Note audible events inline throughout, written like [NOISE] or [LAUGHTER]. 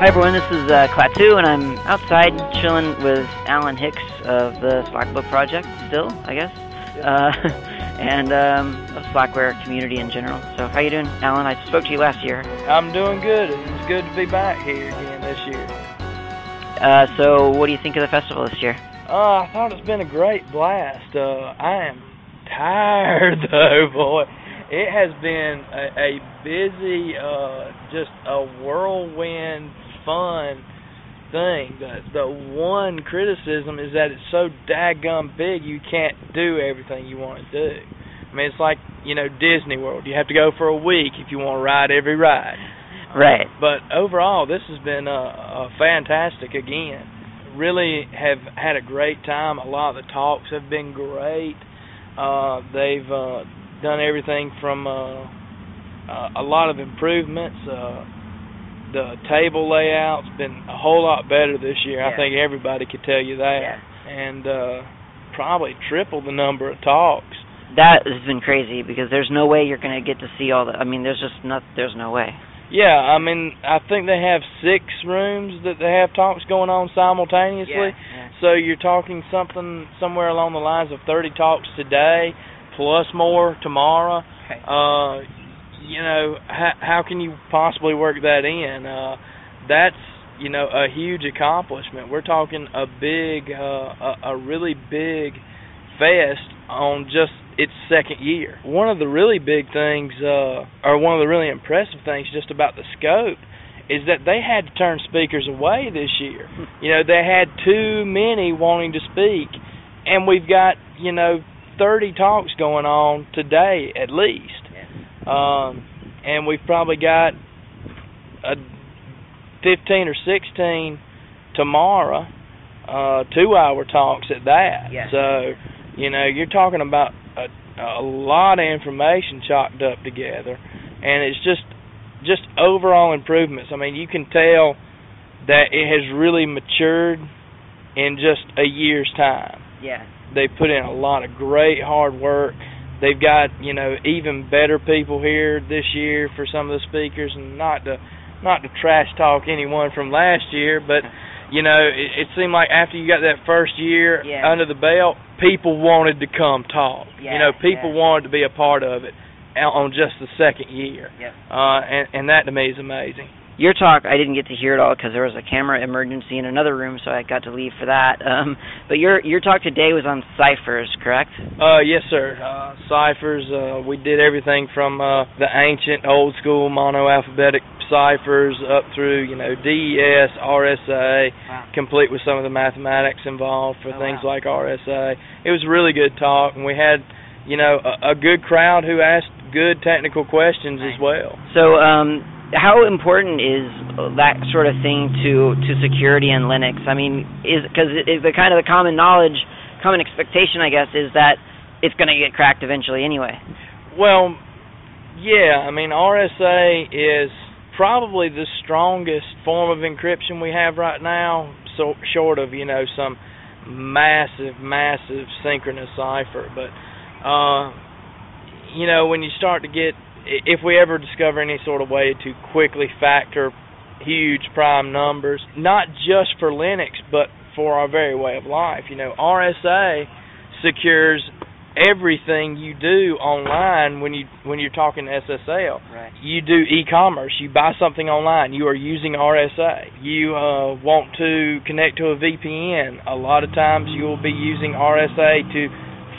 Hi everyone, this is uh, Klaatu, and I'm outside chilling with Alan Hicks of the Slackbook Project, still, I guess, uh, [LAUGHS] and um, of Slackware community in general. So how you doing, Alan? I spoke to you last year. I'm doing good. It's good to be back here again this year. Uh, so what do you think of the festival this year? Uh, I thought it's been a great blast. Uh, I am tired [LAUGHS] though, boy. It has been a, a busy, uh, just a whirlwind fun thing. The, the one criticism is that it's so daggum big you can't do everything you want to do. I mean, it's like, you know, Disney World. You have to go for a week if you want to ride every ride. Right. But overall, this has been uh, uh, fantastic again. Really have had a great time. A lot of the talks have been great. Uh, they've uh, done everything from uh, uh, a lot of improvements. Uh, the table layout's been a whole lot better this year. Yeah. I think everybody could tell you that. Yeah. And uh, probably triple the number of talks. That has been crazy because there's no way you're gonna get to see all the. I mean, there's just not. There's no way. Yeah, I mean, I think they have six rooms that they have talks going on simultaneously. So you're talking something somewhere along the lines of 30 talks today, plus more tomorrow. Uh, you know, how, how can you possibly work that in? Uh, that's you know a huge accomplishment. We're talking a big, uh, a, a really big fest on just its second year. One of the really big things, uh, or one of the really impressive things, just about the scope, is that they had to turn speakers away this year. You know, they had too many wanting to speak, and we've got you know 30 talks going on today at least. Um, and we've probably got a 15 or 16 tomorrow, uh, two hour talks at that. Yeah. So, you know, you're talking about a, a lot of information chopped up together, and it's just just overall improvements. I mean, you can tell that it has really matured in just a year's time Yeah. they put in a lot of great hard work. They've got you know even better people here this year for some of the speakers, and not to not to trash talk anyone from last year, but you know it, it seemed like after you got that first year Yeah. under the belt, people wanted to come talk. Yeah, you know, people yeah. wanted to be a part of it out on just the second year, Yep. uh, and, and that to me is amazing. your talk I didn't get to hear it all because there was a camera emergency in another room, so I got to leave for that. [LAUGHS] Um, but your your talk today was on ciphers, correct? Uh, yes, sir. Uh, ciphers. Uh, we did everything from uh, the ancient, old school monoalphabetic ciphers up through you know E DES, RSA, Wow. complete with some of the mathematics involved for Oh, things wow. like RSA. It was a really good talk, and we had you know a, a good crowd who asked good technical questions Nice. as well. So, um, how important is that sort of thing to to security in Linux? I mean, is because the kind of the common knowledge, common expectation, I guess, is that it's going to get cracked eventually anyway. Well, yeah, I mean RSA is probably the strongest form of encryption we have right now, so short of you know some massive, massive synchronous cipher. But uh, you know when you start to get, i- if we ever discover any sort of way to quickly factor huge prime numbers, not just for Linux, but for our very way of life, you know RSA secures everything you do online when you when you're talking SSL. Right. You do e-commerce. You buy something online. You are using RSA. You uh, want to connect to a VPN. A lot of times you will be using RSA to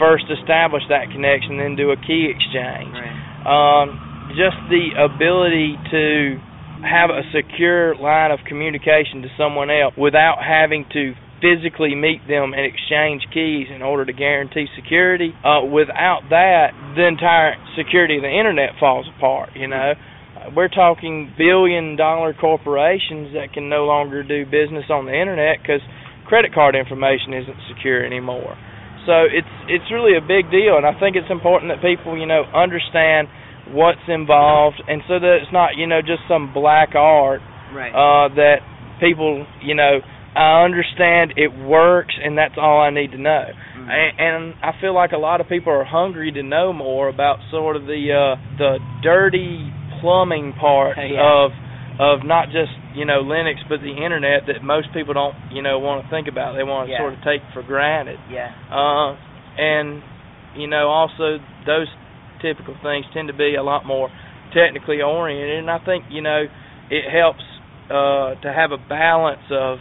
first establish that connection, then do a key exchange. Right. Um, just the ability to have a secure line of communication to someone else without having to physically meet them and exchange keys in order to guarantee security. Uh, without that, the entire security of the internet falls apart. You know, Uh, we're talking billion-dollar corporations that can no longer do business on the internet because credit card information isn't secure anymore. So it's it's really a big deal, and I think it's important that people you know understand what's involved, and so that it's not you know just some black art Right. uh, that people you know I understand it works, and that's all I need to know. Mm-hmm. And, and I feel like a lot of people are hungry to know more about sort of the uh, the dirty plumbing part Yeah. of of not just you know Linux, but the internet that most people don't you know want to think about. They want to Yeah. sort of take for granted. Yeah. Uh, and you know also those typical things tend to be a lot more technically oriented. And I think you know it helps uh, to have a balance of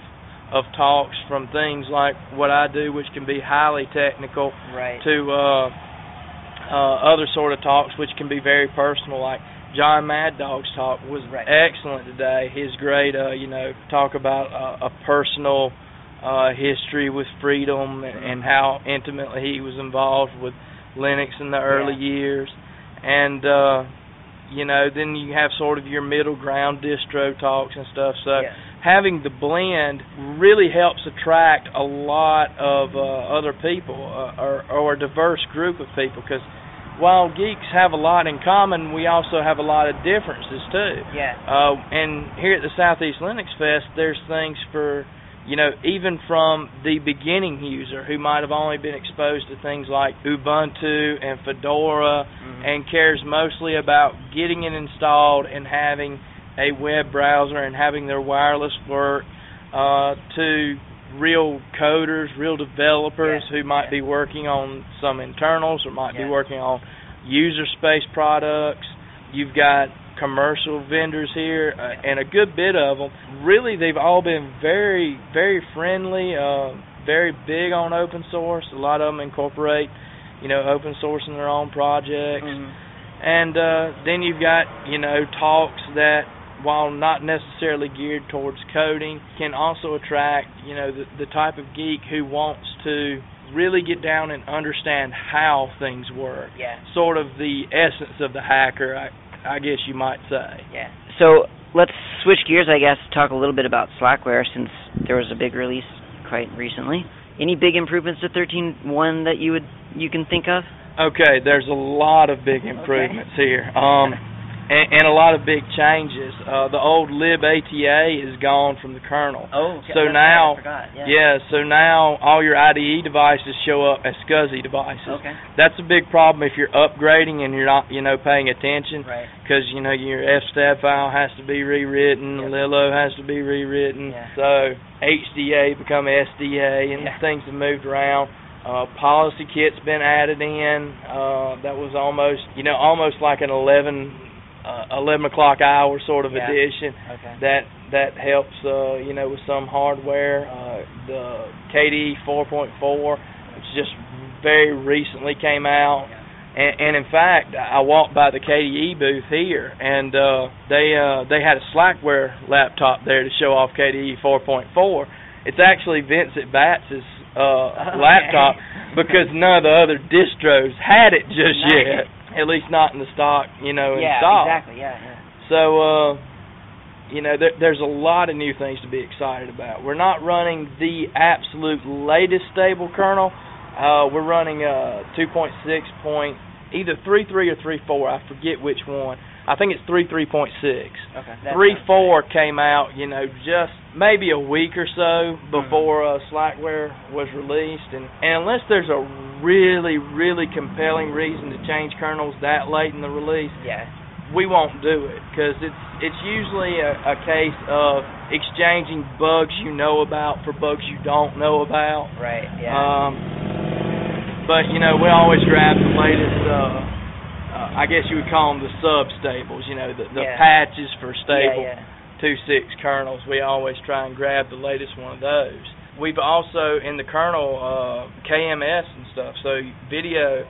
of talks from things like what I do, which can be highly technical, Right. to uh, uh, other sort of talks, which can be very personal, like John Mad Dog's talk was Right. excellent today. His great, uh, you know, talk about uh, a personal uh, history with freedom Mm-hmm. and, and how intimately he was involved with Linux in the early years, and uh, you know, then you have sort of your middle ground distro talks and stuff. So yeah. having the blend really helps attract a lot of uh, other people uh, or, or a diverse group of people because while geeks have a lot in common, we also have a lot of differences too. Yeah. Uh, and here at the Southeast Linux Fest, there's things for, you know, even from the beginning user who might have only been exposed to things like Ubuntu and Fedora Mhm. and cares mostly about getting it installed and having a web browser and having their wireless work uh, to real coders, real developers Yeah, who might yeah. be working on some internals or might Yeah. be working on user space products. You've got commercial vendors here uh, and a good bit of them. Really, they've all been very, very friendly, uh, very big on open source. A lot of them incorporate, you know, open source in their own projects. Mhm. And uh, then you've got, you know, talks that, while not necessarily geared towards coding, can also attract, you know, the, the type of geek who wants to really get down and understand how things work. Yeah. Sort of the essence of the hacker, I, I guess you might say. Yeah. So let's switch gears, I guess, talk a little bit about Slackware since there was a big release quite recently. Any big improvements to 13.1 that you would you can think of? Okay, there's a lot of big improvements here, um, and, and a lot of big changes. Uh, the old libata is gone from the kernel. Oh. So that's right, I now- forgot. Yeah, so now all your IDE devices show up as SCSI devices. Okay. That's a big problem if you're upgrading and you're not, you know, paying attention Right. because you know your FSTAT file has to be rewritten, Yep. Lilo has to be rewritten. Yeah. So HDA become SDA, and Yeah. things have moved around. Uh, policy kit's been added in. Uh, that was almost, you know, almost like an 11, uh, 11 o'clock hour sort of Yeah. addition Okay. that that helps uh you know with some hardware uh the KDE 4.4 which just very recently came out and, and in fact I walked by the KDE booth here and uh they uh they had a Slackware laptop there to show off KDE 4.4 it's actually Vincent Batts' uh [LAUGHS] laptop because none of the other distros had it just Nice. yet at least not in the stock you know in yeah. stock Exactly. Yeah. Yeah. so, uh, you know, there, there's a lot of new things to be excited about. We're not running the absolute latest stable kernel. Uh, we're running uh, 2.6 point, either 3.3 or 3.4. I forget which one. I think it's 3.3.6. Okay. 3.4 came out, you know, just maybe a week or so before uh, Slackware was released. And, and unless there's a really, really compelling reason to change kernels that late in the release, Yeah. we won't do it because it's it's usually a, a case of exchanging bugs you know about for bugs you don't know about. Right. Um, but you know we always grab the latest. Uh, uh, I guess you would call them the sub stables. You know the, the Yeah. patches for stable Yeah. two six kernels. We always try and grab the latest one of those. We've also in the kernel uh, KMS and stuff, so video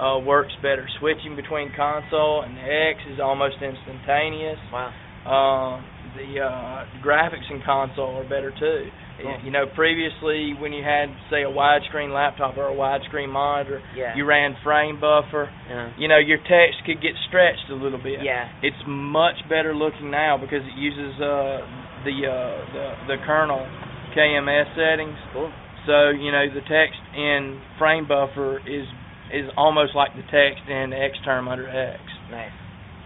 uh, works better. Switching between console and X is almost instantaneous. Wow. Uh, the uh, graphics in console are better too. Cool. You know, previously when you had say a widescreen laptop or a widescreen monitor, Yeah. you ran frame buffer. Yeah. You know, your text could get stretched a little bit. Yeah. It's much better looking now because it uses uh, the, uh, the the kernel KMS settings. Cool. So you know the text in frame buffer is is almost like the text in Xterm under X. Nice.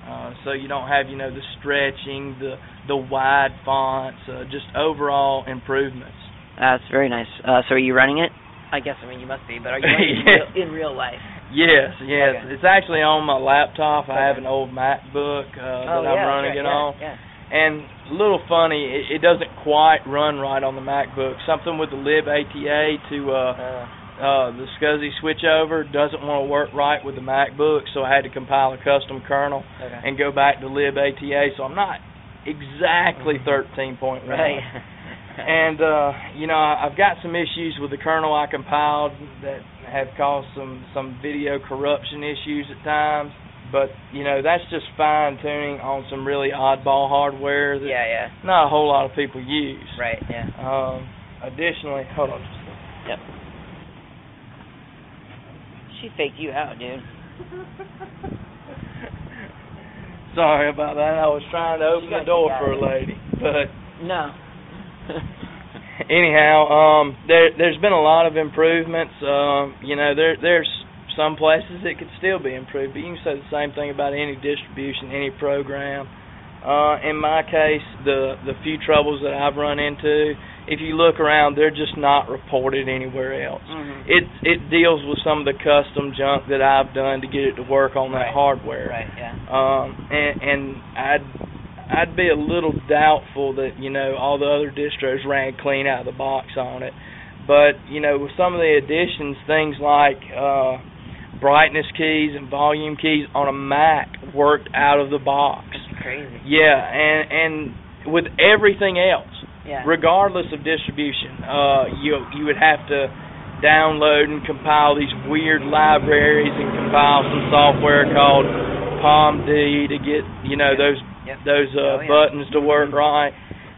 Uh, so you don't have you know the stretching, the the wide fonts, uh, just overall improvements. That's very nice. Uh, so are you running it? I guess I mean you must be, but [LAUGHS] are you running Yeah. it in, real, in real life? Yes, yes. Okay. It's actually on my laptop. I have Okay. an old MacBook uh, that oh, yeah, I'm that's running right, it yeah, on. Yeah. and a little funny. It, it doesn't quite run right on the MacBook. Something with the libATA to uh, uh, the SCSI switchover doesn't want to work right with the MacBook, so I had to compile a custom kernel okay. and go back to libATA. So I'm not exactly Mhm. 13.1. [LAUGHS] right. And uh, you know, I- I've got some issues with the kernel I compiled that have caused some some video corruption issues at times. But you know, that's just fine tuning on some really oddball hardware that yeah, yeah. not a whole lot of people use. Right, yeah. Um, additionally, hold on. just a second. She faked you out, dude. Sorry about that. I was trying to She open got the door you for a guys. lady, but [LAUGHS] No. anyhow, um, there there's been a lot of improvements. Um, you know, there there's some places it could still be improved, but you can say the same thing about any distribution, any program. Uh, in my case, the the few troubles that I've run into, if you look around, they're just not reported anywhere else. Mhm. It it deals with some of the custom junk that I've done to get it to work on that Right. hardware. Right, yeah. Um, and, and I'd I'd be a little doubtful that you know all the other distros ran clean out of the box on it, but you know with some of the additions, things like uh, brightness keys and volume keys on a Mac worked out of the box. That's crazy. Yeah, and and with everything else, Yeah. regardless of distribution, uh, you you would have to download and compile these weird libraries and compile some software called POMD to get you know Yeah. those Yep. [LAUGHS] those Oh, uh, yeah. buttons to work right.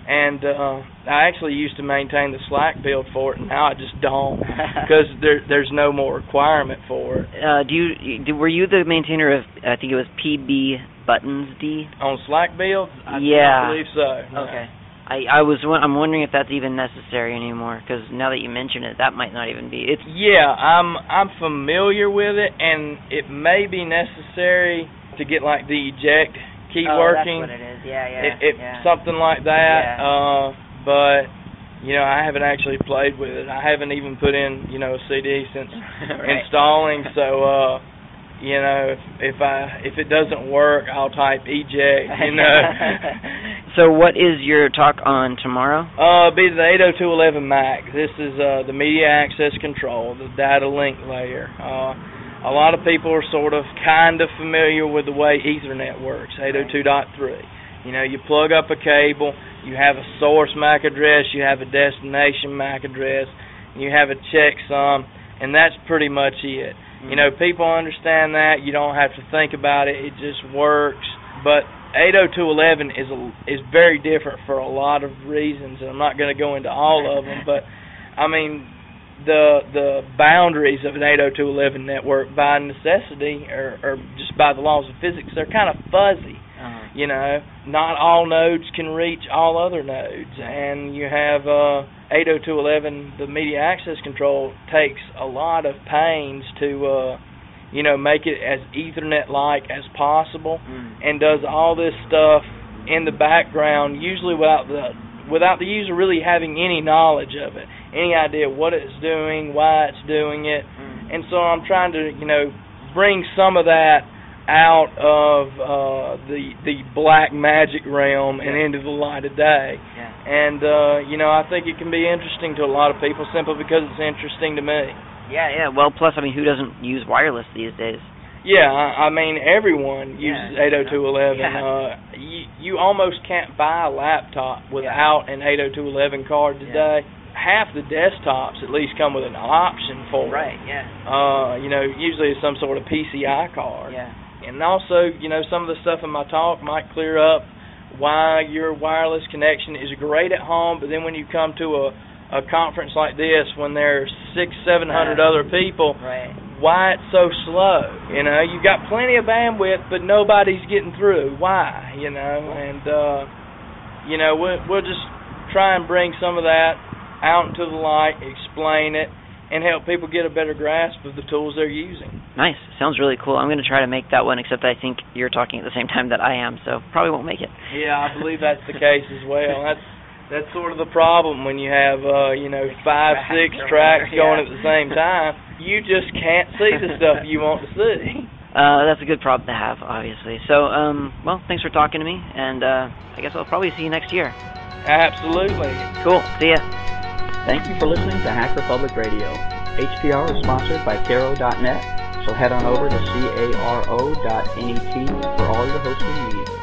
And uh, I actually used to maintain the Slack build for it, and now I just don't [LAUGHS] because there there's no more requirement for it Uh, do you, you- do, were you the maintainer of I think it was PB Buttons D? on Slack builds. I do not Yeah. believe so. no. Okay. I I was won- I'm wondering if that's even necessary anymore because now that you mention it, that might not even be. It's Yeah, I'm I'm familiar with it, and it may be necessary to get like the eject keep working, Oh, it is. Yeah, it, it- [LAUGHS] something like that. Yeah. Uh, but you know, I haven't actually played with it. I haven't even put in you know a CD since installing. So uh, you know, if, if I if it doesn't work, I'll type eject. [LAUGHS] You know. so what is your talk on tomorrow? Uh, be the 80211 MAC. This is uh, the media access control, the data link layer. Uh, a lot of people are sort of kind of familiar with the way Ethernet works, 802.3. You know, you plug up a cable, you have a source MAC address, you have a destination MAC address, and you have a checksum, and that's pretty much it. You know, people understand that. You don't have to think about it. It just works. But 80211 is a, is very different for a lot of reasons, and I'm not going to go into all of them. But I mean, the the boundaries of an 80211 network by necessity or, or just by the laws of physics, they're kind of fuzzy. Uh-huh. You know, not all nodes can reach all other nodes, and you have uh, 80211. The media access control takes a lot of pains to, uh, you know, make it as Ethernet-like as possible, Mm. and does all this stuff in the background, usually without the without the user really having any knowledge of it, any idea what it's doing, why it's doing it, Mm. and so I'm trying to you know bring some of that out of uh, the the black magic realm and Yeah. into the light of day. Mm-hmm. yeah. And uh, you know I think it can be interesting to a lot of people simply because it's interesting to me. yeah, yeah. Well, plus I mean, who doesn't use wireless these days? Yeah, I, I mean everyone uses Yeah, 80211. yeah. Uh, you you almost can't buy a laptop without an 80211 card Yeah. today. Half the desktops at least come with an option for it. Yeah. Uh, you know, usually it's some sort of PCI card. Yeah. And also, you know, some of the stuff in my talk might clear up why your wireless connection is great at home, but then when you come to a, a conference like this, when there's six, seven hundred Right. other people, Right. why it's so slow? You know, you've got plenty of bandwidth, but nobody's getting through. Why? You know, and uh, you know, we'll, we'll just try and bring some of that out into the light, explain it, and help people get a better grasp of the tools they're using. Nice. Sounds really cool. I'm going to try to make that one, except I think you're talking at the same [LAUGHS] time that I am, so probably won't make it. Yeah, I believe that's the case as well. That's that's sort of the problem when you have uh, you know five, Tracks six or tracks whatever, going yeah. [LAUGHS] at the same time. You just can't see the stuff you want to see. uh, that's a good problem to have, obviously. So, um, well, thanks for talking to me, and uh, I guess I'll probably see you next year. Absolutely. Cool. See ya. Thank you for listening to Hack Republic Radio. HPR is sponsored by Caro.net, so head on over to caro.net for E all your hosting needs.